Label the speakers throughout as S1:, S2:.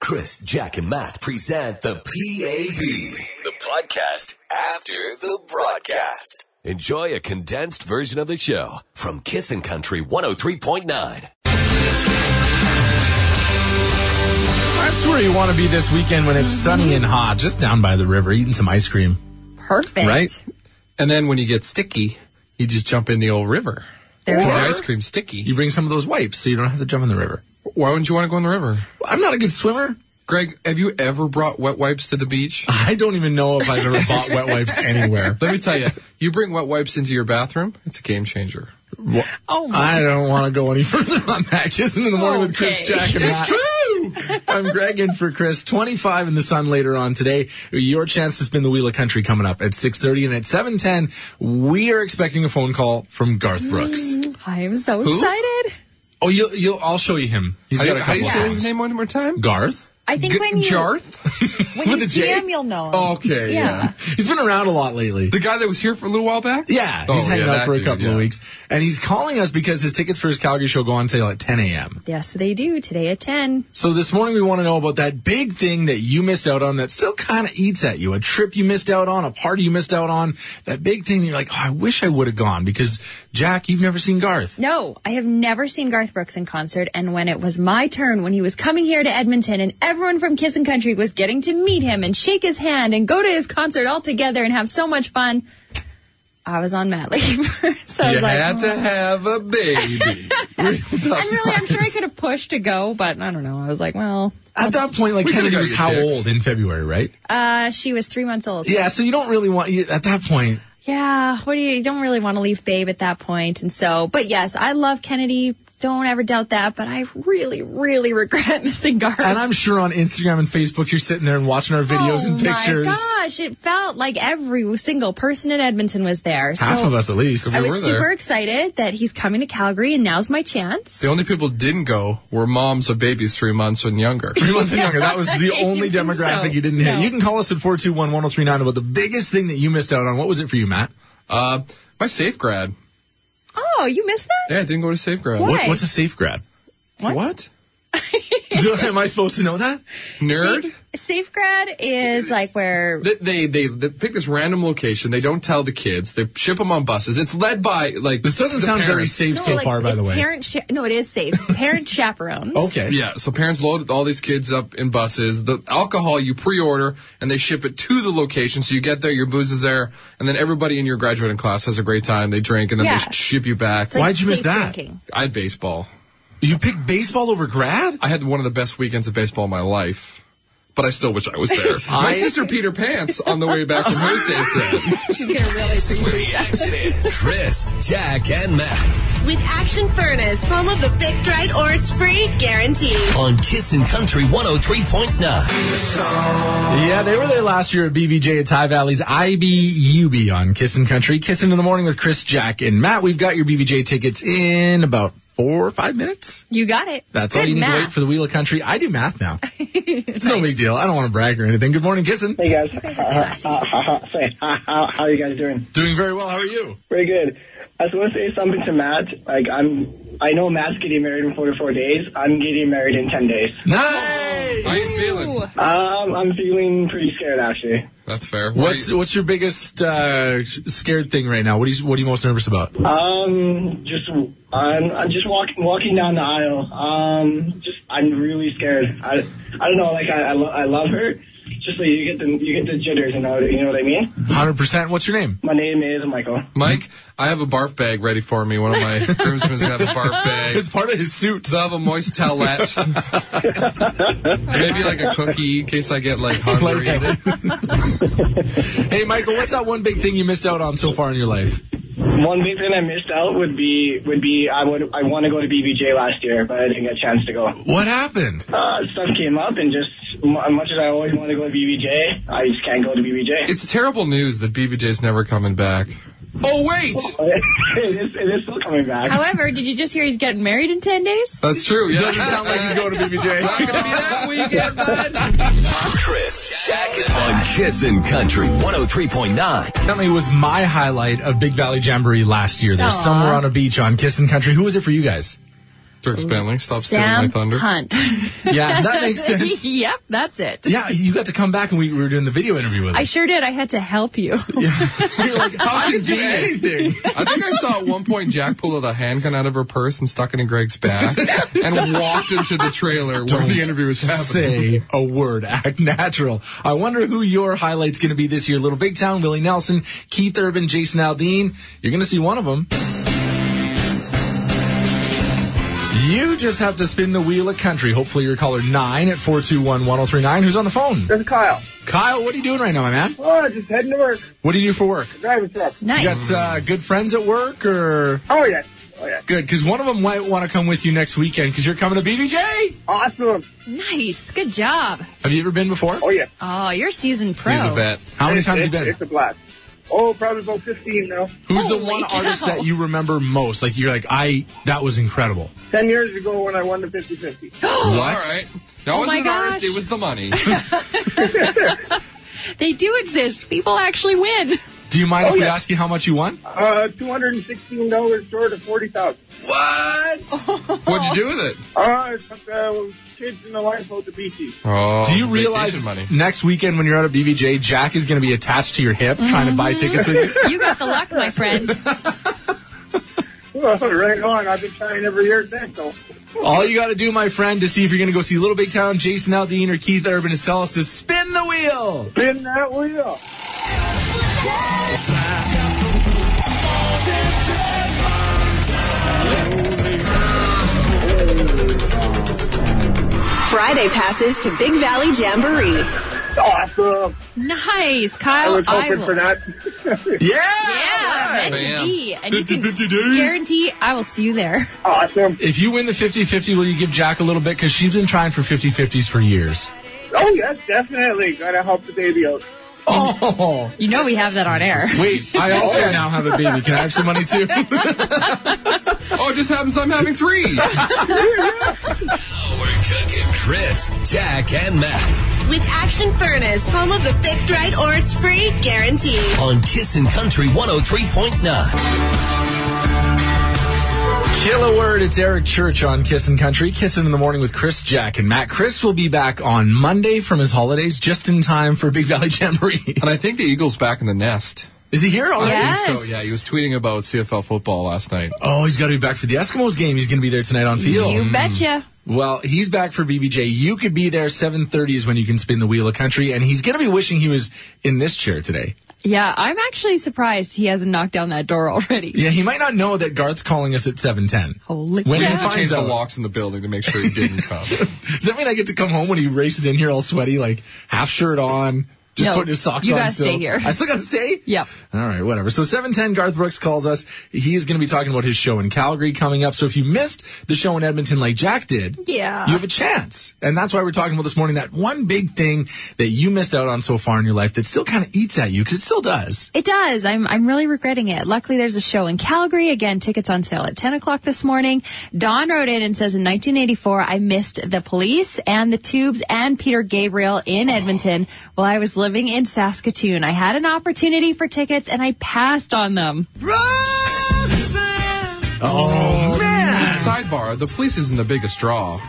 S1: Chris, Jack, and Matt present the PAB, the podcast after the broadcast. Enjoy a condensed version of the show from Kissin' Country 103.9.
S2: That's where you want to be this weekend when it's sunny and hot, just down by the river, eating some ice cream.
S3: Perfect.
S4: Right? And then when you get sticky, you just jump in the old river.
S3: There's
S4: Because the
S2: Or-
S4: ice cream's sticky.
S2: You bring some of those wipes so you don't have to jump in the river.
S4: Why wouldn't you want to go in the river?
S2: I'm not a good swimmer.
S4: Greg, have you ever brought wet wipes to the beach?
S2: I don't even know if I've ever bought wet wipes anywhere.
S4: Let me tell you, you bring wet wipes into your bathroom, it's a game changer.
S3: oh my.
S2: I don't want to go any further on that. Kissing in the morning with Chris,
S3: Okay.
S2: Jack, and Matt. true! I'm Greg in for Chris. 25 in the sun later on today. Your chance to spin the wheel of country coming up at 6.30 and at 7.10, we are expecting a phone call from Garth Brooks.
S3: I am so excited.
S2: Oh, you'll, you'll, I'll show you him. He's
S4: How do
S2: got
S4: you,
S2: a
S4: how do
S2: couple
S4: you
S2: of
S4: say his
S2: songs.
S4: name one more time?
S2: Garth?
S3: I think when you
S4: Jarth?
S3: when
S2: with
S3: you
S2: a
S3: see
S2: J?
S3: him, you'll know him.
S4: okay.
S3: Yeah.
S2: He's been around a lot lately.
S4: The guy that was here for a little while back?
S2: Yeah,
S4: Oh,
S2: he's hanging
S4: yeah,
S2: out
S4: that
S2: for a
S4: dude,
S2: couple
S4: yeah.
S2: of weeks. And he's calling us because his tickets for his Calgary show go on sale at 10 a.m.
S3: Yes, they do today at ten.
S2: So this morning we want to know about that big thing that you missed out on that still kind of eats at you. A trip you missed out on, a party you missed out on, that big thing that you're like, oh, I wish I would have gone because Jack, you've never seen Garth.
S3: No, I have never seen Garth Brooks in concert. And when it was my turn, when he was coming here to Edmonton, and everyone from Kiss and Country was getting to meet him and shake his hand and go to his concert all together and have so much fun, I was on mat leave. so I
S4: You
S3: was like,
S4: had to
S3: "Oh."
S4: have a baby. Real tough
S3: and really, I'm sure I
S4: times.
S3: could have pushed to go, but I don't know. I was like, well,
S2: At that point, like
S4: We could've
S2: Kennedy
S4: got
S2: was
S4: your
S2: how
S4: tickets.
S2: old in February, right?
S3: uh, she was three months old.
S2: Yeah, so you don't really want you at that point.
S3: yeah, what do you, you don't really want to leave babe at that point. And so, but yes, I love Kennedy. Don't ever doubt that, but I really, really regret missing Garth.
S2: And I'm sure on Instagram and Facebook you're sitting there and watching our videos
S3: oh
S2: and pictures.
S3: my gosh, it felt like every single person in Edmonton was there. So
S2: Half of us at least.
S3: I
S4: were
S3: was
S4: there.
S3: super excited that he's coming to Calgary and now's my chance.
S4: The only people who didn't go were moms of babies three months and younger.
S2: Three months and younger. That was the
S3: You
S2: only
S3: think
S2: demographic
S3: so?
S2: you didn't hit.
S3: No.
S2: You can call us at 421-1039 about the biggest thing that you missed out on. What was it for you, Matt?
S4: Uh, my safe grad.
S3: Oh, you missed that?
S4: Yeah, I didn't go to safe grad.
S3: What? Hey.
S2: What's a safe grad?
S3: What?
S2: Do- Am I supposed to know that?
S4: Nerd?
S3: Safe grad is like where
S4: They, they, they, they pick this random location. They don't tell the kids. They ship them on buses. It's led by, like,
S2: This doesn't
S4: the
S2: sound very
S4: parents.
S2: safe
S3: no,
S2: so
S3: like,
S2: far, by
S3: it's
S2: the way.
S3: Parent cha- no, it is safe. Parent chaperones.
S2: okay.
S4: Yeah, so parents load all these kids up in buses. The alcohol you pre-order and they ship it to the location. So you get there, your booze is there, and then everybody in your graduating class has a great time. They drink and then
S3: Yeah.
S4: they ship you back.
S3: It's like
S2: Why'd you miss
S3: safe
S2: that?
S3: Drinking.
S4: I had baseball.
S2: You picked baseball over grad?
S4: I had one of the best weekends of baseball in my life, but I still wish I was there. my sister Peter Pants on the way back from her safe grad.
S3: She's gonna really appreciate
S1: The action is Chris, Jack, and Matt
S5: with Action Furnace, home of the fixed right or it's free guarantee.
S1: on Kissin' Country 103.9.
S2: Yeah, they were there last year at BBJ at Ty Valley's IBUB on Kissin' Country. Kissin' in the morning with Chris, Jack, and Matt. We've got your BBJ tickets in about four or five minutes.
S3: You got it.
S2: That's
S3: Good
S2: all you need
S3: math.
S2: to wait for the Wheel of Country. I do math now. It's no big deal. I don't want to brag or anything. Good morning, Kissin'.
S6: Hey guys,
S3: guys are classy.
S6: how, how, say, how, how, how are you guys doing?
S2: Doing very well. How are you?
S6: Very good. I just want to say something to Matt. Like I'm, I know Matt's getting married in 44 days. I'm getting married in 10 days.
S2: Nice.
S4: How you feeling?
S3: Ooh.
S6: Um, I'm feeling pretty scared actually.
S4: That's fair. Where
S2: What's
S4: you-
S2: what's your biggest uh, sh- scared thing right now? What are you what are you most nervous about?
S6: Um, just I'm, I'm just walking walking down the aisle. Um, just I'm really scared. I, I don't know. Like I, I, lo- I love her. Just so you get the you get the jitters. You know you know what I mean?
S2: Hundred percent. What's your name?
S6: My name is Michael.
S4: Mike, I have a barf bag ready for me. One of my groomsmen's gonna have a barf bag.
S2: It's part of his suit.
S4: They'll have a moist towelette. Maybe like a cookie in case I get like hungry.
S2: hey, Michael, what's that one big thing you missed out on so far in your life?
S6: One big thing I missed out would be would be I would I want to go to BBJ last year, but I didn't get a chance to go.
S2: What happened?
S6: Uh, stuff came up, and just m- as much as I always want to go to BBJ, I just can't go to BBJ.
S4: it's terrible news that BBJ's never coming back. Oh wait,
S6: it, is, it is still coming back.
S3: However, did you just hear he's getting married in 10 days?
S4: that's true. Yeah.
S2: Doesn't sound like he's going to
S4: Not
S2: BBJ.
S4: gonna be that weekend, bud.
S1: Chris, Jack, and Matt on Kissin' Country 103.9.
S2: Apparently, it was my highlight of Big Valley Jamboree last year. There's
S3: Aw.
S2: somewhere on a beach on Kissin' Country. Who was it for you guys?
S4: Dirk Bentley, stop stealing my thunder.
S3: Hunt.
S2: Yeah, that makes sense.
S3: yep, that's it.
S2: Yeah, you got to come back and we were doing the video interview with
S3: I
S2: him.
S3: sure did. I had to help you.
S2: You're like, I can do anything.
S4: I think I saw at one point Jack pull out a handgun out of her purse and stuck it in Greg's back and walked into the trailer where the interview was happening.
S2: Say a word. Act natural. I wonder who your highlight's going to be this year. Little Big Town, Willie Nelson, Keith Urban, Jason Aldean. You're going to see one of them. You just have to spin the wheel of country. Hopefully you're caller 9 at 421-1039. Who's on the phone?
S6: This is Kyle.
S2: Kyle, what are you doing right now, my man?
S6: Oh, just heading to work.
S2: What do you do for work?
S6: Driving truck.
S3: nice.
S2: Yes, uh, good friends at work or...
S6: Oh, yeah. Oh, yeah.
S2: Good, because one of them might want to come with you next weekend because you're coming to BBJ.
S6: Awesome.
S3: Nice. Good job.
S2: Have you ever been before?
S6: Oh, yeah.
S3: Oh, you're seasoned pro.
S4: He's a vet.
S2: How many
S6: It's-
S2: times
S6: it's,
S2: have you
S6: It's a
S2: been?
S6: blast. Oh, probably about 15 now.
S2: Who's the
S3: Holy
S2: one
S3: cow.
S2: artist that you remember most? Like you're like, I that was incredible.
S6: 10 years ago when I won the 50-50.
S4: What? All right. That
S3: Oh my
S4: wasn't an artist,
S3: gosh.
S4: it was the money.
S3: They do exist. People actually win.
S2: Do you mind
S6: Oh,
S2: if we
S6: yeah.
S2: ask you how much you won?
S6: Uh, $216 short of 40000
S2: What?
S4: What'd you do with it?
S6: Uh, it's, uh, kids in the lifeboat to BC.
S4: Oh,
S2: Do you
S4: vacation
S2: realize
S4: money?
S2: next weekend when you're out at BBJ, Jack is going to be attached to your hip trying to
S4: Mm-hmm.
S2: buy tickets with you?
S3: You got the luck, my friend.
S6: Well, Oh, right on. I've been trying every year since, so.
S2: All you got to do, my friend, to see if you're going to go see Little Big Town, Jason Aldean, or Keith Urban is tell us to spin the wheel.
S6: Spin that wheel.
S5: Friday passes to Big Valley Jamboree.
S6: Awesome.
S3: Nice,
S6: I
S3: Kyle.
S6: was hoping
S3: will-
S6: for that.
S2: Yeah.
S3: Yeah, meant to
S4: Bam.
S3: be. And you can
S4: 50-50 dude.
S3: guarantee I will see you there.
S6: awesome.
S2: If you win the 50-50, will you give Jack a little bit? Because she's been trying for 50-50s for years.
S6: Oh, yes, definitely. Gotta help the baby out.
S2: Oh.
S3: You know we have that on air.
S2: Wait, I also now have a baby. Can I have some money too?
S4: Oh, it just happens I'm having three.
S1: We're cooking Chris, Jack, and Matt
S5: With Action Furnace, home of the fixed right or it's free guarantee.
S1: on Kissin' Country 103.9.
S2: Killer word, it's Eric Church on Kissin' Country. Kissin' in the morning with Chris, Jack, and Matt. Chris will be back on Monday from his holidays just in time for Big Valley Jamboree.
S4: and I think the Eagle's back in the nest.
S2: Is he here Oh, already?
S3: Yeah.
S4: So yeah, he was tweeting about CFL football last night.
S2: Oh, he's got to be back for the Eskimos game. He's going to be there tonight on field.
S3: You betcha.
S2: Well, he's back for BBJ. You could be there. 7.30 is when you can spin the wheel of country. And he's going to be wishing he was in this chair today.
S3: Yeah, I'm actually surprised he hasn't knocked down that door already.
S2: Yeah, he might not know that Garth's calling us at 7.10.
S3: Holy
S2: When he
S3: cow.
S2: finds
S4: Changed the
S2: out-
S4: locks in the building to make sure he didn't come.
S2: Does that mean I get to come home when he races in here all sweaty, like half shirt on, just
S3: No,
S2: putting his socks
S3: you
S2: on?
S3: gotta
S2: still?
S3: stay here.
S2: I still gotta stay.
S3: Yep.
S2: All right, whatever. So 710, Garth Brooks calls us. He's going to be talking about his show in Calgary coming up. So if you missed the show in Edmonton like Jack did,
S3: Yeah.
S2: you have a chance. And that's why we're talking about this morning that one big thing that you missed out on so far in your life that still kind of eats at you because it still does.
S3: It does. I'm I'm really regretting it. Luckily, there's a show in Calgary. Again, tickets on sale at 10 o'clock this morning. Don wrote in and says, in 1984, I missed the police and the tubes and Peter Gabriel in Edmonton while I was living in Saskatoon. I had an opportunity for tickets and I passed on them.
S2: Oh, man.
S4: Sidebar: The police isn't the biggest draw.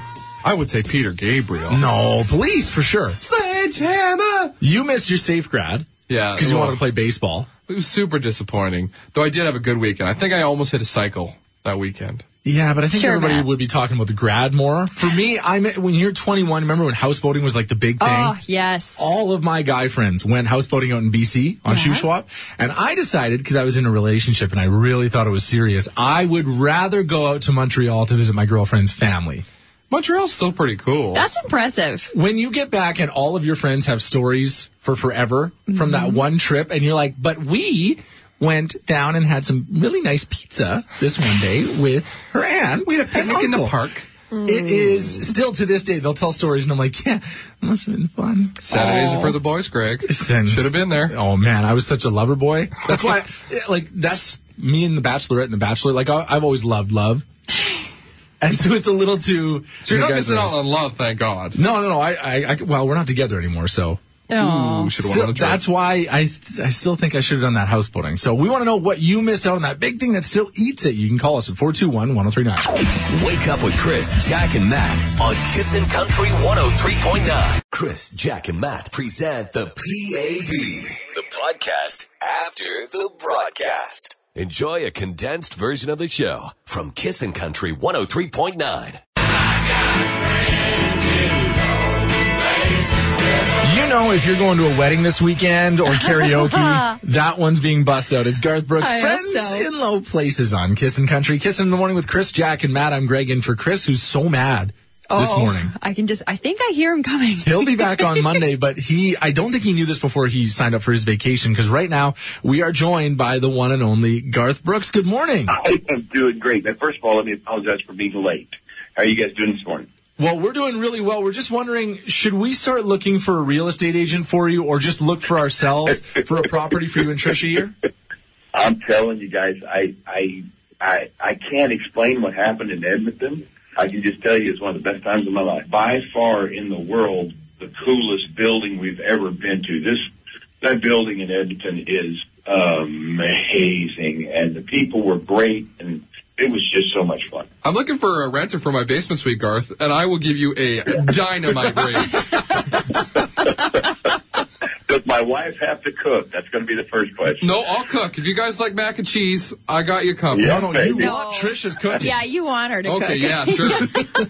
S4: I would say Peter Gabriel.
S2: No, police for sure.
S4: Sledgehammer.
S2: You missed your safe grad
S4: Yeah,
S2: because you
S4: well,
S2: wanted to play baseball.
S4: It was super disappointing. Though I did have a good weekend. I think I almost hit a cycle that weekend.
S2: Yeah, but I think
S3: Sure,
S2: everybody
S3: Matt.
S2: would be talking about the grad more. For me, I'm when you're 21. Remember when houseboating was like the big thing?
S3: Oh, yes.
S2: All of my guy friends went houseboating out in BC on
S3: Yeah.
S2: Shuswap, and I decided because I was in a relationship and I really thought it was serious, I would rather go out to Montreal to visit my girlfriend's family.
S4: Montreal's still pretty cool.
S3: That's impressive.
S2: When you get back and all of your friends have stories for forever from
S4: Mm-hmm.
S2: that one trip, and you're like, but we went down and had some really nice pizza this one day with her aunt. We had a
S4: picnic in the park.
S2: It is still to this day. They'll tell stories, and I'm like, yeah, it must have been fun.
S4: Saturdays are for the boys, Greg.
S2: Sin.
S4: Should have been there.
S2: Oh man, I was such a lover boy. That's why, yeah, like, that's me and the Bachelorette and the Bachelor. Like, I, I've always loved love, and so it's a little too.
S4: So you're
S2: You
S4: not
S2: guys
S4: missing
S2: are-
S4: out on love, thank God.
S2: No, no, no. I, I, I, well, we're not together anymore, so
S3: Aw. Oh.
S4: Ooh, should have
S2: So
S4: won on the
S2: that's why I th- I still think I should have done that houseboating. So we want to know what you missed out on that big thing that still eats it. You can call us at 421-1039.
S1: Wake up with Chris, Jack, and Matt on Kissin' Country 103.9. Chris, Jack, and Matt present the PAB, the podcast after the broadcast. Enjoy a condensed version of the show from Kissin' Country 103.9.
S2: You know if you're going to a wedding this weekend or karaoke, that one's being bussed out. It's Garth Brooks,
S3: I hope
S2: Friends
S3: so.
S2: in Low Places on Kissin' Country. Kissin' in the Morning with Chris, Jack, and Matt. I'm Greg in for Chris, who's so mad this
S3: Oh,
S2: morning.
S3: I can just, I think I hear him coming.
S2: He'll be back on Monday, but he, I don't think he knew this before he signed up for his vacation because right now we are joined by the one and only Garth Brooks. Good morning.
S7: I am doing great. Now, first of all, let me apologize for being late. How are you guys doing this morning?
S2: Well, we're doing really well. We're just wondering, should we start looking for a real estate agent for you or just look for ourselves for a property for you and Trisha here?
S7: I'm telling you guys, I I I I can't explain what happened in Edmonton. I can just tell you it's one of the best times of my life. By far in the world, the coolest building we've ever been to. This that building in Edmonton is amazing, and the people were great, and it was just so much fun.
S4: I'm looking for a renter for my basement suite, Garth, and I will give you a dynamite rate.
S7: Does my wife have to cook? That's going to be the first question.
S4: No, I'll cook. If you guys like mac and cheese, I got you covered.
S7: Yeah.
S2: No, no, you
S7: No.
S2: want Trisha's cooking.
S3: Yeah, you want her to cook.
S4: Okay, yeah, sure.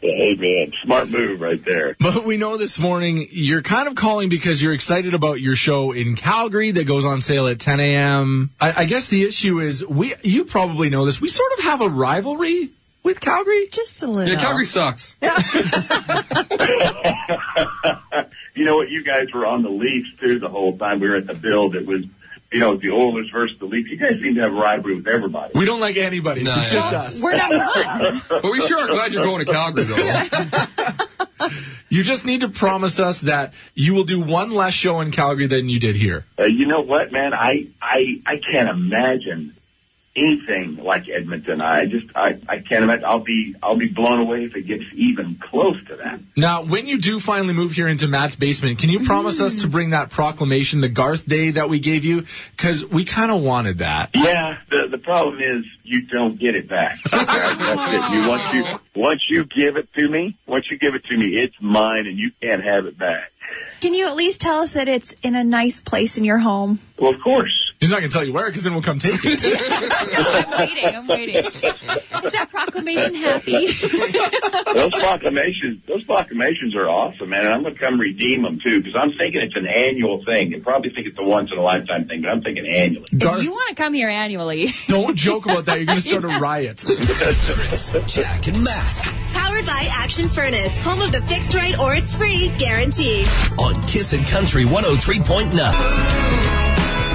S7: Hey man, smart move right there.
S2: But we know this morning you're kind of calling because you're excited about your show in Calgary that goes on sale at 10 a.m. I, I guess the issue is we, you probably know this. We sort of have a rivalry with Calgary.
S3: Just a little.
S4: Yeah, Calgary sucks.
S7: you know what? You guys were on the Leafs too the whole time we were at the build. It was, you know, the Oilers versus the Leafs. You guys seem to have a rivalry with everybody.
S2: We don't like anybody.
S4: No,
S2: it's
S4: yeah.
S2: just us.
S3: We're number one.
S4: But we sure are glad you're going to Calgary, though.
S2: You just need to promise us that you will do one less show in Calgary than you did here.
S7: Uh, you know what, man? I I I can't imagine anything like Edmonton. I just I I can't imagine. I'll be I'll be blown away if it gets even close to that.
S2: Now, when you do finally move here into Matt's basement, can you promise us to bring that proclamation, the Garth Day that we gave you? Because we kind of wanted that.
S7: Yeah, the the problem is you don't get it back. That's it. You once you once you give it to me, once you give it to me, it's mine and you can't have it back.
S3: Can you at least tell us that it's in a nice place in your home?
S7: Well, of course.
S2: He's not going to tell you where, because then we'll come take it.
S3: No, I'm waiting. I'm waiting. Is that proclamation happy?
S7: those proclamations, those proclamations are awesome, man. And I'm gonna come redeem them too, because I'm thinking it's an annual thing. You probably think it's a once in a lifetime thing, but I'm thinking annually.
S3: if
S2: Garth,
S3: you want to come here annually,
S2: don't joke about that. You're going to start a riot.
S1: Chris, Jack, and Matt
S5: Powered by Action Furnace, home of the fixed right or it's free guarantee.
S1: on Kissin' Country 103.9.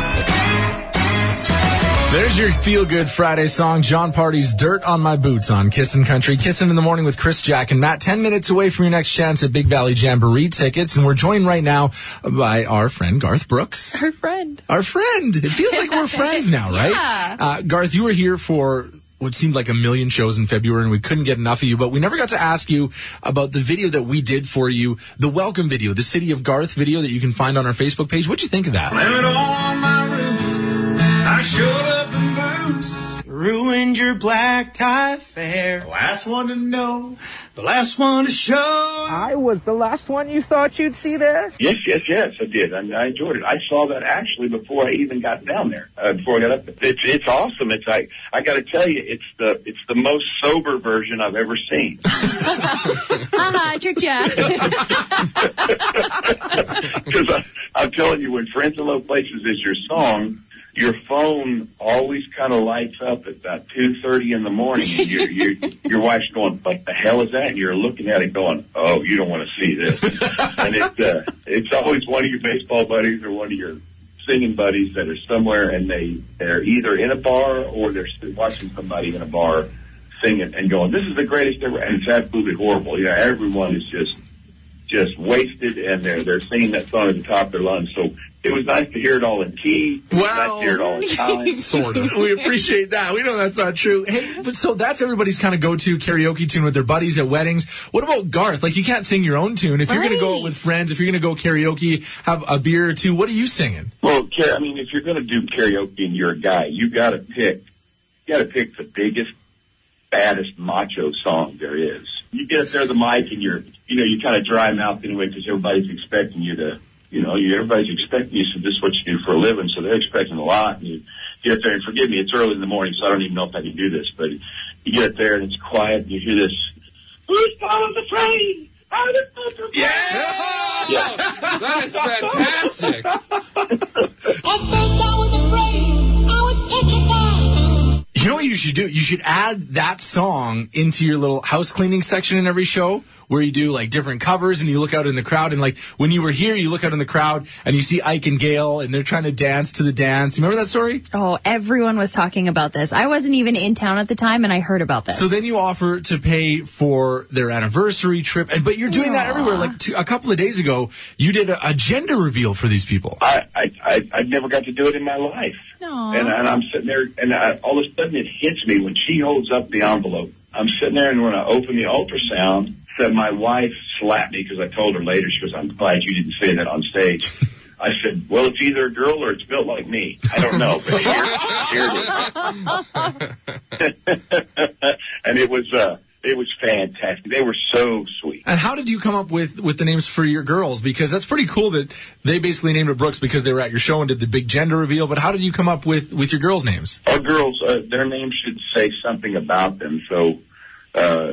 S2: There's your feel good Friday song, John Party's Dirt on My Boots on Kissin' Country. Kissin' in the morning with Chris Jack and Matt. 10 minutes away from your next chance at Big Valley Jamboree tickets. And we're joined right now by our friend Garth Brooks.
S3: her friend.
S2: our friend. It feels like we're friends now, right?
S3: Yeah.
S2: Uh, Garth, you were here for what seemed like a million shows in February, and we couldn't get enough of you. But we never got to ask you about the video that we did for you, the welcome video, the City of Garth video that you can find on our Facebook page. What'd you think of that?
S8: Blame it all on my roof. I showed up in boots. Ruined your black tie fair. The last one to know. The last one to show.
S9: I was the last one you thought you'd see there?
S7: Yes, yes, yes, I did. I, I enjoyed it. I saw that actually before I even got down there. Uh, before I got up, there. it's it's awesome. It's I I got to tell you, it's the it's the most sober version I've ever seen.
S3: Haha, tricked ya.
S7: Because I'm telling you, when Friends in Low Places is your song, your phone always kind of lights up at about two thirty in the morning, and your your your wife's going, "What the hell is that?" And you're looking at it, going, "Oh, you don't want to see this." and it uh, it's always one of your baseball buddies or one of your singing buddies that are somewhere, and they they're either in a bar or they're s- watching somebody in a bar singing and going, "This is the greatest ever," and it's absolutely horrible. Yeah, everyone is just just wasted, and they're they're singing that song at the top of their lungs. So it was nice to hear it all in key. It was nice to hear it all in time.
S4: Sort of.
S2: Oh, we appreciate that. We know that's not true. Hey, but so that's everybody's kind of go-to karaoke tune with their buddies at weddings. What about Garth? Like you can't sing your own tune. If you're going to go out with
S3: Right.
S2: friends, if you're going to go karaoke, have a beer or two, what are you singing?
S7: Well, Car- I mean, if you're going to do karaoke and you're a guy, you got to pick, you got to pick the biggest, baddest macho song there is. You get up there the mic and you're, you know, you kind of dry mouth anyway because everybody's expecting you to, you know, you, everybody's expecting you. So this is what you do for a living. So they're expecting a lot. And you get up there and forgive me, it's early in the morning, so I don't even know if I can do this, but you get up there and it's quiet and you hear this. Who's followed the train? I was followed the train. Yeah.
S4: That is fantastic.
S2: You know what you should do? You should add that song into your little house cleaning section in every show where you do like different covers and you look out in the crowd and like when you were here, you look out in the crowd and you see Ike and Gail and they're trying to dance to the dance. You remember that story?
S3: Oh, everyone was talking about this. I wasn't even in town at the time, and I heard about this.
S2: So then you offer to pay for their anniversary trip, and but you're doing that
S3: Aw.
S2: everywhere. Like two, a couple of days ago, you did a, a gender reveal for these people.
S7: I, I, I, I never got to do it in my life.
S3: Aw.
S7: And, and I'm sitting there, and I, all of a sudden it hits me when she holds up the envelope. I'm sitting there, and when I open the ultrasound, said my wife slapped me because I told her later. She goes, "I'm glad you didn't say that on stage." I said, "Well, it's either a girl or it's built like me. I don't know, but here, here it is." and it was, uh, it was fantastic. They were so sweet.
S2: And how did you come up with with the names for your girls? Because that's pretty cool that they basically named it Brooks because they were at your show and did the big gender reveal. But how did you come up with with your girls' names?
S7: Our girls, uh, their name should say something about them. So, uh,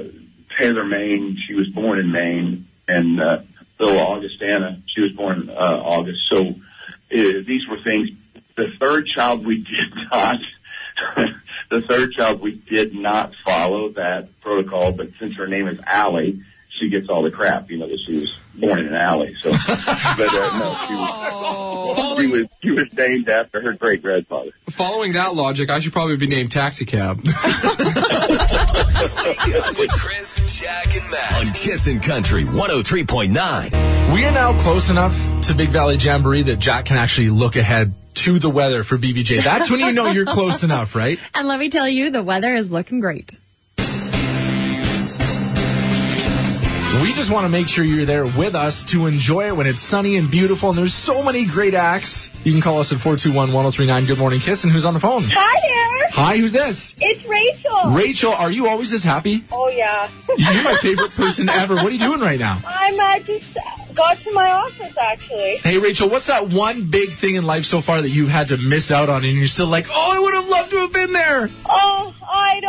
S7: Taylor Maine, she was born in Maine, and uh, little Augustana, she was born uh, August. So, uh, these were things. The third child we did not. the third child we did not follow that protocol, but since her name is Allie, she gets all the crap. You know that she was born in an alley. So, but uh, no, she was. She
S4: Following,
S7: was, she was named after her great grandfather.
S4: following that logic, I should probably be named Taxi Cab.
S1: Wake up with Chris, Jack, and Matt on Kissin' Country 103.9.
S2: We are now close enough to Big Valley Jamboree that Jack can actually look ahead to the weather for BBJ. That's when you know you're close enough, right?
S3: and let me tell you, the weather is looking great.
S2: We just want to make sure you're there with us to enjoy it when it's sunny and beautiful. And there's so many great acts. You can call us at 421-1039. Good morning, Kiss. And who's on the phone?
S10: Hi there.
S2: Hi, who's this?
S10: It's Rachel.
S2: Rachel, are you always this happy?
S10: oh yeah.
S2: You're my favorite person ever. What are you doing right now?
S10: I'm uh, just got to my office actually.
S2: Hey, Rachel, what's that one big thing in life so far that you've had to miss out on and you're still like, oh, I would have loved to have been there?
S10: Oh, I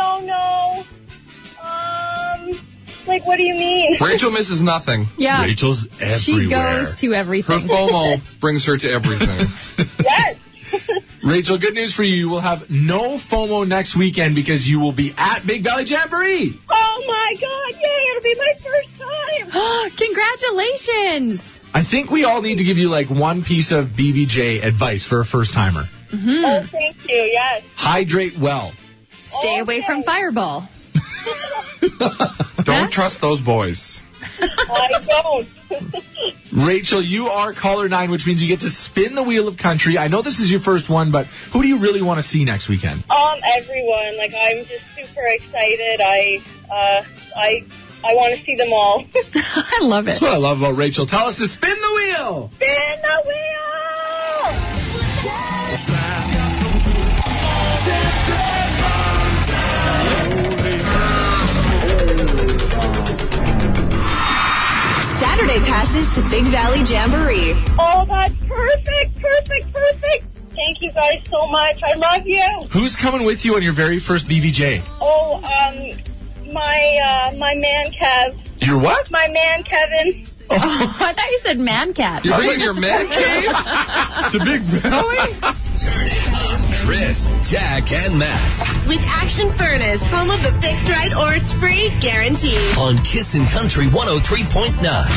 S10: don't know. Um, like what do you mean?
S4: Rachel misses nothing.
S3: Yeah.
S2: Rachel's everywhere.
S3: She goes to
S4: Her
S3: everything.
S4: FOMO brings her to everything.
S10: yes.
S2: Rachel, good news for you. You will have no FOMO next weekend because you will be at Big Valley Jamboree.
S10: Oh my God! Yay! It'll be my first time.
S3: Congratulations!
S2: I think we all need to give you like one piece of BBJ advice for a first timer.
S10: Oh, thank you. Yes.
S2: Hydrate well.
S3: Stay away
S10: Okay.
S3: from Fireball.
S4: Don't trust those boys.
S10: I don't.
S2: Rachel, you are caller nine, which means you get to spin the wheel of country. I know this is your first one, but who do you really want to see next weekend?
S10: um, everyone. Like I'm just super excited. I uh, I I want to see them all.
S3: I love it.
S2: That's what I love about Rachel. Tell us to spin the wheel.
S10: Spin the wheel.
S5: Saturday passes to Big Valley Jamboree.
S10: Oh, that's perfect, perfect, perfect. Thank you guys so much. I love you.
S2: Who's coming with you on your very first BBJ?
S10: Oh, um, my uh, my man Kev,
S2: Your what?
S10: my man Kevin.
S3: Oh, I thought you said man cat.
S4: You're bringing your man cave?
S2: It's a big valley.
S1: Turn it up. Chris, Jack, and Matt
S5: With Action Furnace, home of the fixed right or it's free guarantee.
S1: on Kissin' Country 103.9.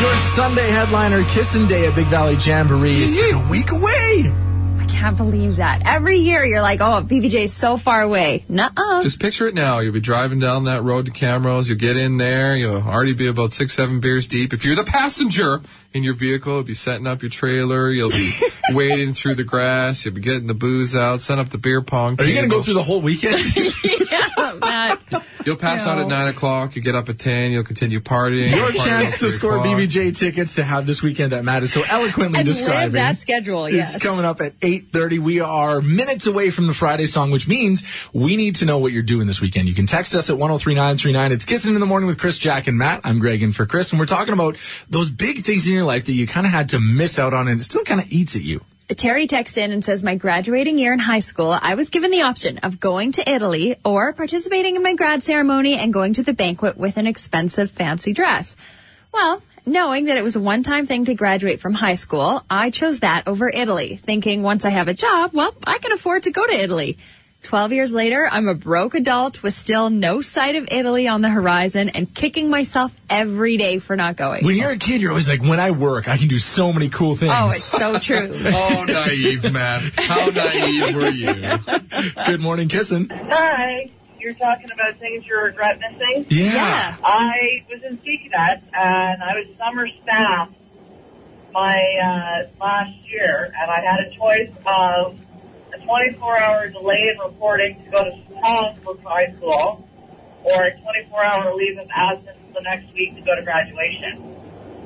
S2: Your Sunday headliner, Kissin' Day at Big Valley Jamboree. It's like a week away.
S3: I can't can't believe that. Every year you're like, oh, BBJ's so far away. Nuh-uh.
S4: Just picture it now. You'll be driving down that road to Camrose. You'll get in there. You'll already be about six, seven beers deep. If you're the passenger in your vehicle, you'll be setting up your trailer. You'll be wading through the grass. You'll be getting the booze out, setting up the beer pong.
S2: Are you gonna
S4: table.
S2: go through the whole weekend?
S3: yeah, Matt.
S4: You'll pass out at nine o'clock. You get up at ten. You'll continue partying.
S2: Your
S4: Party till
S2: chance to
S4: three
S2: score
S4: o'clock.
S2: BBJ tickets to have this weekend that Matt is so eloquently
S3: And live
S2: describing.
S3: that schedule,
S2: is
S3: yes.
S2: coming up at 8.30. We are minutes away from the Friday song, which means we need to know what you're doing this weekend. You can text us at 103939. It's Kissing in the Morning with Chris, Jack, and Matt. I'm Greg in for Chris, and we're talking about those big things in your life that you kind of had to miss out on, and it still kind of eats at you.
S3: Terry texts in and says, My graduating year in high school, I was given the option of going to Italy or participating in my grad ceremony and going to the banquet with an expensive fancy dress. Well, knowing that it was a one time thing to graduate from high school, I chose that over Italy, thinking once I have a job, well, I can afford to go to Italy. 12 years later, I'm a broke adult with still no sight of Italy on the horizon and kicking myself every day for not going.
S2: When you're a kid, you're always like, when I work, I can do so many cool things.
S3: Oh, it's so true.
S4: Oh, naive Matt. How naive were you?
S2: Good morning, Kissing.
S11: Hi. You're talking about things you regret missing?
S2: Yeah. Yeah.
S11: I was in Seacat and I was summer staff my uh, last year and I had a choice of a 24 hour delay in reporting to go to Collins High School or a 24 hour leave of absence the next week to go to graduation.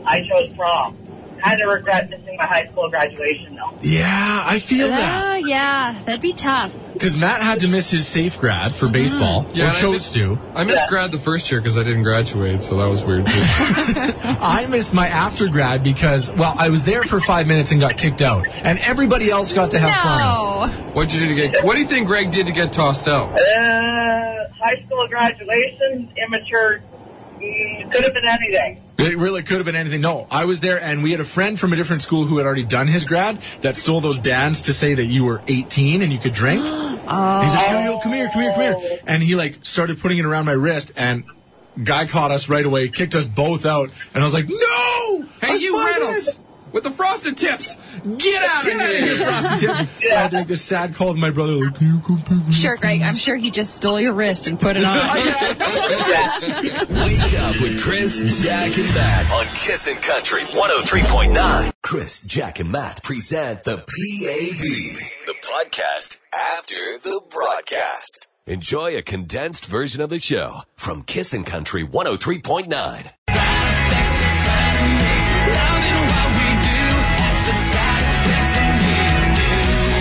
S11: I chose prom. Kind of regret missing my high school graduation though.
S2: Yeah, I feel that.
S3: Ah, yeah, that'd be tough.
S2: Because Matt had to miss his safe grad for baseball,
S4: Mm-hmm. Yeah,
S2: or
S4: and I
S2: chose to.
S4: I missed grad the first year because I didn't graduate, so that was weird too.
S2: I missed my after grad because, well, I was there for five minutes and got kicked out, and everybody else got to have fun.
S4: What'd you do to get? What do you think Greg did to get tossed out?
S11: Uh, high school graduation, immature, mm, could have been anything.
S2: It really could have been anything. No, I was there, and we had a friend from a different school who had already done his grad that stole those bands to say that you were 18 and you could drink. He's like, yo,
S4: Oh.
S2: yo, come here, come here, come here. And he like started putting it around my wrist, and guy caught us right away, kicked us both out, and I was like, no!
S4: Hey, you
S2: I fucking-
S4: Reynolds with the frosted tips, get out
S2: Get out
S4: of
S2: of here,
S4: here!
S2: Frosty Tip. I had to make this sad call to my brother, like, "Can you go pick me up,
S3: Sure, Greg, I'm sure he just stole your wrist and put it on.
S1: Wake up with Chris, Jack, and Matt on Kissin' Country 103.9. Chris, Jack, and Matt present the PAB, the podcast after the broadcast. Enjoy a condensed version of the show from Kissin' Country 103.9.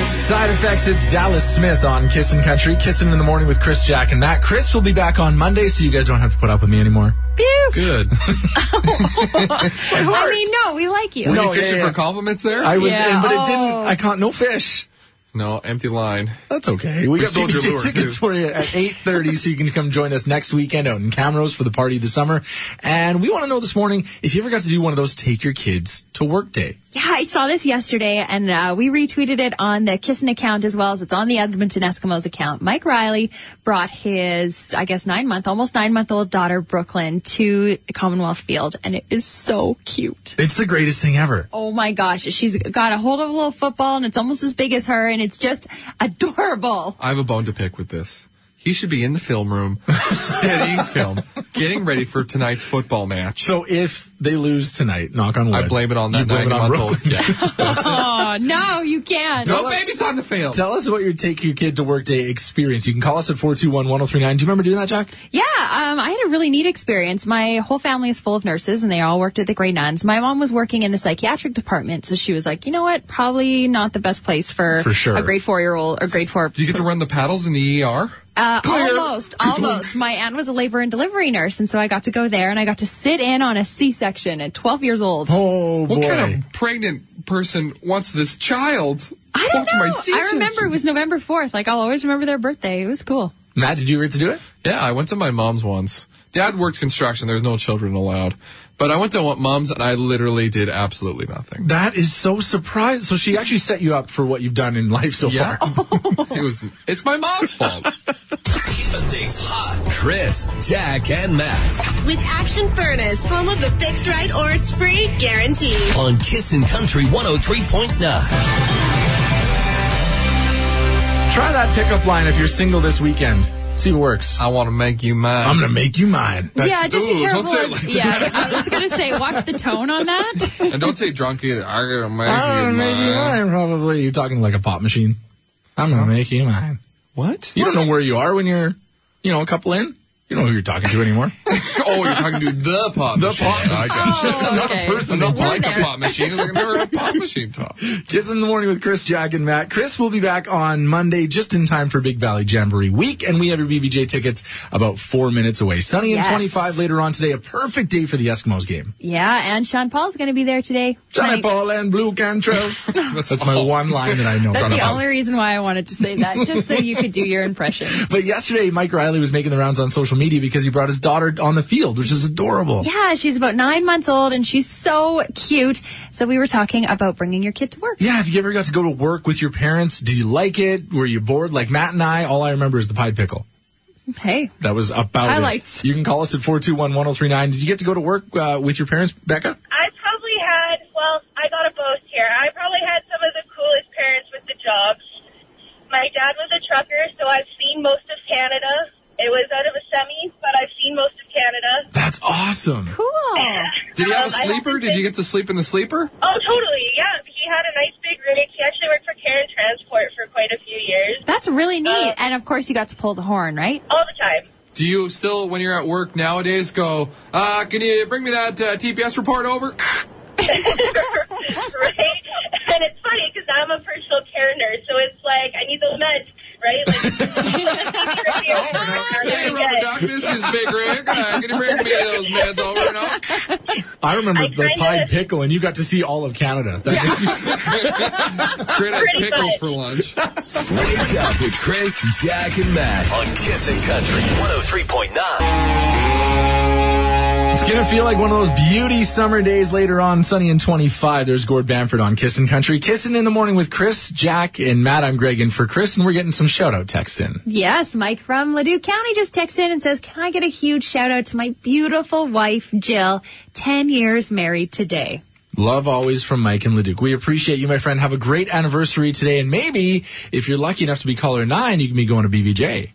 S2: Side effects, it's Dallas Smith on Kissin' Country, Kissin' in the Morning with Chris, Jack, and Matt. Chris will be back on Monday, so you guys don't have to put up with me anymore.
S3: Phew.
S4: Good.
S3: I mean, no, we like you.
S4: Were
S2: No,
S4: you fishing
S2: Oh, yeah, yeah.
S4: for compliments there?
S2: I was
S3: Yeah.
S2: in, but it didn't,
S3: Oh.
S2: I caught no fish.
S4: no, empty line.
S2: That's okay. We,
S4: We
S2: got
S4: sold your
S2: BBJ
S4: lure,
S2: tickets
S4: too.
S2: for you at 8.30, so you can come join us next weekend out in Camrose for the party this summer. And we want to know this morning if you ever got to do one of those take your kids to work day.
S3: Yeah, I saw this yesterday, and uh, we retweeted it on the Kissin account as well as it's on the Edmonton Eskimos account. Mike Riley brought his, I guess, nine month, almost nine month old daughter, Brooklyn, to Commonwealth Field, and it is so cute.
S2: It's the greatest thing ever.
S3: Oh my gosh, she's got a hold of a little football, and it's almost as big as her, and it's just adorable.
S4: I have a bone to pick with this. He should be in the film room, studying film, getting ready for tonight's football match.
S2: So if they lose tonight, knock on wood.
S4: I blame it on
S2: You
S4: that
S2: blame it on
S4: nine-month-old.
S2: Brooklyn.
S3: oh no, you can't.
S4: No babies on the field.
S2: Tell us about your take your kid to work day experience. You can call us at 421-1039. Do you remember doing that, Jack?
S3: Yeah, um, I had a really neat experience. My whole family is full of nurses, and they all worked at the Grey Nuns. My mom was working in the psychiatric department, so she was like, you know what, probably not the best place for,
S2: For sure.
S3: a grade four year old or grade four.
S4: Do you get to run the paddles in the ER?
S3: Uh, almost, almost. My aunt was a labor and delivery nurse, and so I got to go there, and I got to sit in on a C section at 12 years old.
S2: Oh,
S4: What
S2: boy.
S4: kind of pregnant person wants this child?
S3: I don't
S4: Walked my
S3: know. I
S4: C-section.
S3: remember it was November 4th. Like I'll always remember their birthday. It was cool.
S2: Matt, did you get to do it?
S4: Yeah, I went to my mom's once. Dad worked construction. There's no children allowed. But I went to my mom's and I literally did absolutely nothing.
S2: That is so surprised. So she actually set you up for what you've done in life so
S4: Yeah.
S2: far.
S4: it was. It's my mom's fault.
S1: Keeping things hot. Chris, Jack, and Matt
S5: With Action Furnace, home of the fixed right or it's free guarantee.
S1: oh on Kissin' Country 103.9.
S2: Try that pickup line if you're single this weekend. See if it works. I
S4: want to make you mine.
S2: I'm going to make you mine.
S3: yeah, just be
S4: ooh,
S3: careful.
S4: don't say it
S3: with-
S4: like
S3: yeah,
S4: that.
S3: I was gonna say, watch the tone on that.
S4: And don't say drunk either. I'm gonna make
S2: I'm
S4: you
S2: gonna make you
S4: mine.
S2: mine, probably. You're talking like a pop machine. I'm gonna make you mine.
S4: What?
S2: You don't know where you are when you're, you know, a couple in. You don't know who you're talking to anymore.
S4: Oh, you're talking to the pop
S2: The
S4: machine.
S2: pop-
S4: I got you.
S3: Oh,
S4: Not
S3: okay.
S4: a person, not
S3: We're
S4: like a
S3: there.
S4: pop machine. Like, I've never heard of pop machine talk.
S2: Kiss in the morning with Chris, Jack, and Matt. Chris will be back on Monday just in time for Big Valley Jamboree week, and we have your BBJ tickets about four minutes away. Sunny and
S3: Yes.
S2: 25 later on today. A perfect day for the Eskimos game.
S3: Yeah, and Sean Paul's gonna be there today.
S2: Johnny
S3: Like,
S2: Paul and Blue Cantrell. That's, my one line that I know.
S3: That's
S2: about.
S3: the only reason why I wanted to say that, just so you could do your impression.
S2: But yesterday, Mike Riley was making the rounds on social media because he brought his daughter on the field, which is adorable.
S3: Yeah, she's about nine months old and she's so cute. So we were talking about bringing your kid to work.
S2: Yeah, have you ever got to go to work with your parents? Did you like it? Were you bored? Like Matt and I, all I remember is the pie pickle.
S3: Hey,
S2: That was about
S3: Highlights.
S2: it. You can call us at 421-1039. Did you get to go to work uh, with your parents, Becca?
S10: I probably had, well, I got a boast here. I probably had some of the coolest parents with the jobs. My dad was a trucker, so I've seen most of Canada. It was out of a semi, but I've seen most of Canada.
S2: That's awesome.
S3: cool.
S4: Did you have a
S10: Um, I don't
S4: sleeper? Did you get to sleep in the sleeper?
S10: Oh, totally. Yeah, he had a nice big rig. He actually worked for Karen Transport for quite a few years,
S3: That's really neat. And of course you got to pull the horn, right?
S10: all the time.
S4: Do you still, when you're at work nowadays, go, uh, can you bring me that uh, TPS report over?
S10: right? And it's funny because I'm a personal care nurse, so it's like I need those meds, right? Like,
S4: Hey, rubber duck, this is Big Rick. Uh, can you bring me those meds over and up?
S2: I remember
S10: I
S2: the
S10: kinda-
S2: pie pickle, and you got to see all of Canada. That makes me so-
S4: Great ass
S10: Pretty
S4: pickles
S10: much.
S4: for lunch.
S1: Wake up with Chris, Jack, and Matt on Kissin' Country 103.9.
S2: It's gonna feel like one of those beauty summer days later on, sunny and 25. There's Gord Bamford on Kissin' Country. Kissin' in the morning with Chris, Jack, and Matt. I'm Greg in for Chris, and we're getting some shout out texts in.
S3: Yes, Mike from Ladue County just texts in and says, Can I get a huge shout out to my beautiful wife, Jill, 10 years married today?
S2: Love always from Mike and Leduc. We appreciate you, my friend. Have a great anniversary today, and maybe if you're lucky enough to be caller nine, you can be going to BBJ.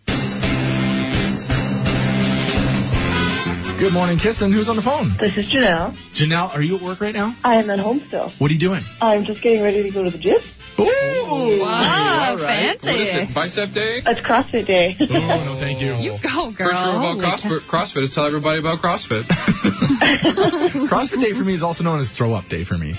S2: Good morning, Kissin. Who's on the phone?
S12: This is Janelle.
S2: Janelle, are you at work right now?
S12: I am at home still.
S2: What are you doing?
S12: I'm just getting ready to go to the gym.
S2: Ooh,
S3: Wow,
S2: all right.
S4: What is
S3: fancy.
S4: it, bicep day?
S12: It's CrossFit day.
S2: Ooh, no, thank you.
S4: You
S3: Go, Oh, girl.
S4: First rule about
S3: Holy cow.
S4: CrossFit, CrossFit is tell everybody about CrossFit.
S2: CrossFit Day for me is also known as Throw Up Day for me.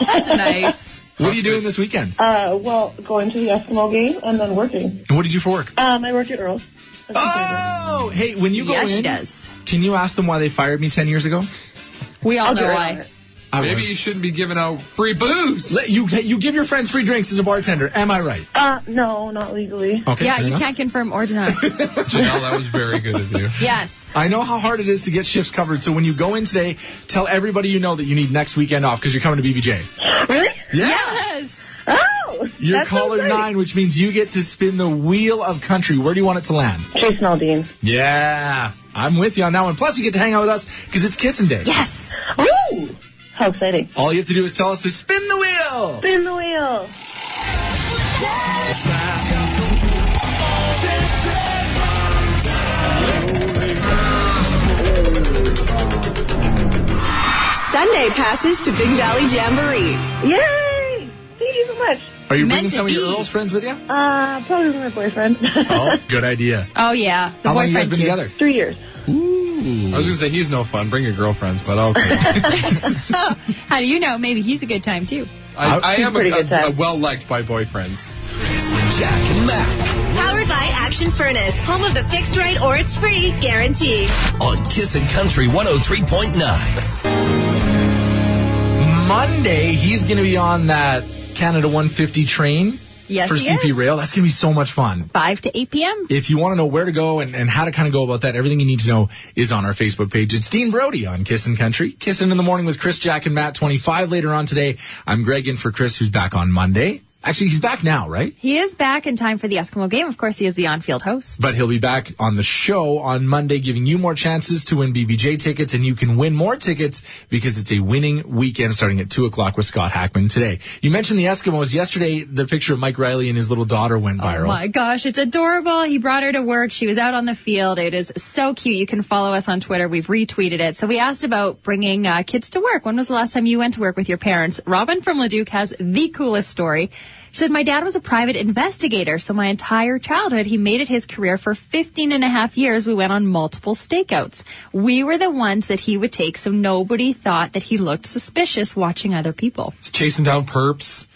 S3: That's nice.
S2: What are you
S4: CrossFit.
S2: doing this weekend?
S12: Uh, well, going to the Eskimo game and then working.
S2: And what did you do for work?
S12: Um, I work at Earl's. That's my favorite.
S2: Oh, hey, when you go
S3: yeah,
S2: in,
S3: she does.
S2: can you ask them why they fired me 10 years ago?
S3: We all
S12: I'll
S3: know
S12: get right on
S3: why.
S12: it.
S2: I
S4: Maybe
S2: was-
S4: you shouldn't be giving out free booze.
S2: Let- You you give your friends free drinks as a bartender. Am I right?
S12: Uh, no, not legally.
S2: Okay.
S3: yeah,
S2: fair
S3: you
S2: enough.
S3: can't confirm or deny.
S4: Janelle, that was very good of you.
S3: yes.
S2: I know how hard it is to get shifts covered. So when you go in today, tell everybody you know that you need next weekend off because you're coming to BBJ.
S12: Really?
S3: Yes.
S12: Oh!
S2: You're
S12: that sounds
S2: caller
S12: great.
S2: nine, which means you get to spin the wheel of country. Where do you want it to land?
S12: Jason Aldean.
S2: Yeah, I'm with you on that one. Plus, you get to hang out with us because it's kissing day.
S3: Yes.
S12: Woo! How exciting.
S2: All you have to do is tell us to spin the wheel.
S12: Spin the wheel.
S5: Sunday passes to Big Valley Jamboree.
S12: Yay! Thank you so much.
S2: Are you
S3: Meant
S2: bringing
S3: to
S2: some of your
S3: be.
S2: Earl's friends with you?
S12: Uh, probably with my boyfriend.
S2: good idea.
S3: Oh, yeah. The
S2: How long
S3: boyfriend
S2: you guys been
S3: too.
S2: together?
S12: Three years.
S4: I was gonna say he's no fun. Bring your girlfriends, but okay.
S3: How do you know? Maybe he's a good time too.
S4: I, I am a,
S12: Pretty good
S4: a,
S12: time.
S4: a Uh, well liked by boyfriends.
S1: Chris, Jack, and Matt
S5: Powered by Action Furnace, home of the fixed rate or it's free guarantee.
S1: on Kissin' Country 103.9.
S2: Monday, he's going to be on that Canada 150 train
S3: Yes,
S2: for
S3: he
S2: CP
S3: is.
S2: Rail. That's going to be so much fun.
S3: 5 to 8 p.m.
S2: If you want to know where to go and, and how to kind of go about that, everything you need to know is on our Facebook page. It's Dean Brody on Kissin' Country. Kissin' in the morning with Chris, Jack, and Matt, 25 later on today. I'm Greg in for Chris, who's back on Monday. Actually, he's back now, right?
S3: He is back in time for the Eskimo game. Of course, he is the on-field host.
S2: But he'll be back on the show on Monday, giving you more chances to win BBJ tickets, and you can win more tickets because it's a winning weekend starting at 2 o'clock with Scott Hackman today. You mentioned the Eskimos. Yesterday, the picture of Mike Riley and his little daughter went viral.
S3: Oh my gosh, it's adorable. He brought her to work. She was out on the field. It is so cute. You can follow us on Twitter. We've retweeted it. So we asked about bringing uh, kids to work. When was the last time you went to work with your parents? Robin from Leduc has the coolest story. She said, My dad was a private investigator, so my entire childhood, he made it his career for 15 and a half years. We went on multiple stakeouts. We were the ones that he would take, so nobody thought that he looked suspicious watching other people.
S4: chasing down perps.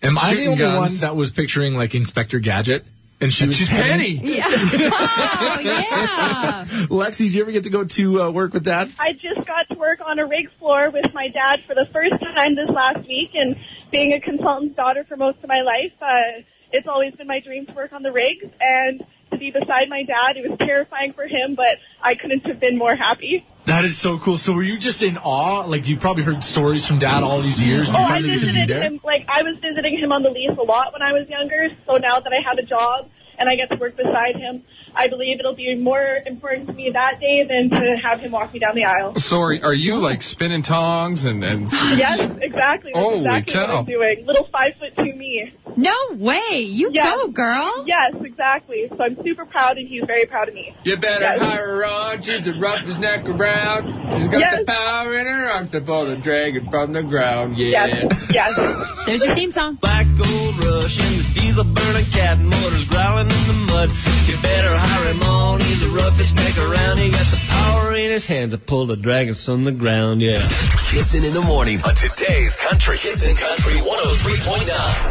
S2: Am I the
S4: Shooting
S2: only
S4: guns.
S2: one that was picturing like Inspector Gadget? And she was
S4: She's
S2: Penny.
S4: Penny.
S3: Yeah. Oh, yeah.
S2: Lexi, did you ever get to go to uh, work with Dad?
S10: I just got to work on a rig floor with my dad for the first time this last week, and being a consultant's daughter for most of my life, uh, it's always been my dream to work on the rigs and to be beside my dad. It was terrifying for him, but I couldn't have been more happy.
S2: That is so cool. So were you just in awe? Like you probably heard stories from Dad all these years, and
S10: oh,
S2: you
S10: I
S2: finally get to be
S10: visited
S2: there.
S10: him. Like I was visiting him on the lease a lot when I was younger. So now that I have a job and I get to work beside him, I believe it'll be more important to me that day than to have him walk me down the aisle.
S4: So are, are you like spinning tongs and and?
S10: Yes, exactly. That's
S4: Holy
S10: exactly what
S4: cow.
S10: I'm doing. Little five foot two me.
S3: No way. You
S10: go,
S3: girl.
S10: Yes, exactly. So I'm super proud and he's very proud of me.
S4: You better
S10: Yes.
S4: hire her on. She's the roughest neck around. She's got the power in her arms to pull the dragon from the ground. Yeah.
S3: Yes. There's your theme song.
S13: Black gold rush and the diesel burning cat motors growling in the mud. You better hire him on. He's the roughest neck around. He got the power in his hands to pull the dragons from the ground. Yeah.
S1: Kissing in the morning on today's country. Kissing Country 103.9.